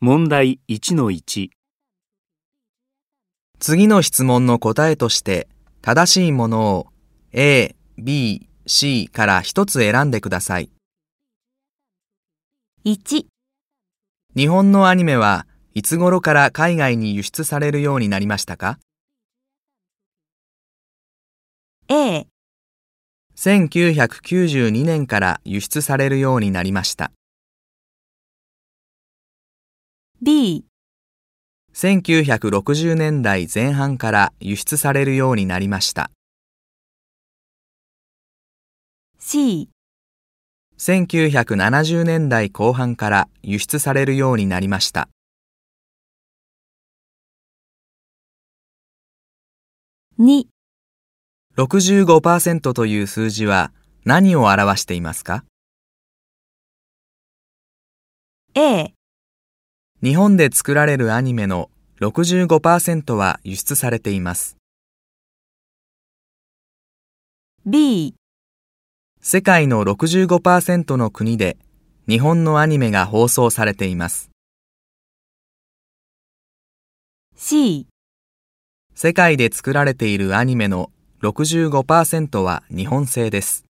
問題1-1次の質問の答えとして、正しいものを A、B、C から一つ選んでください。 1、日本のアニメはいつ頃から海外に輸出されるようになりましたか A、 ?1992 年から輸出されるようになりました。 B、 1960年代前半から輸出されるようになりました。 C、 1970年代後半から輸出されるようになりました。 2、 65%という数字は何を表していますか A、日本で作られるアニメの65%は輸出されています。 B、世界の65%の国で日本のアニメが放送されています。 C、世界で作られているアニメの65%は日本製です。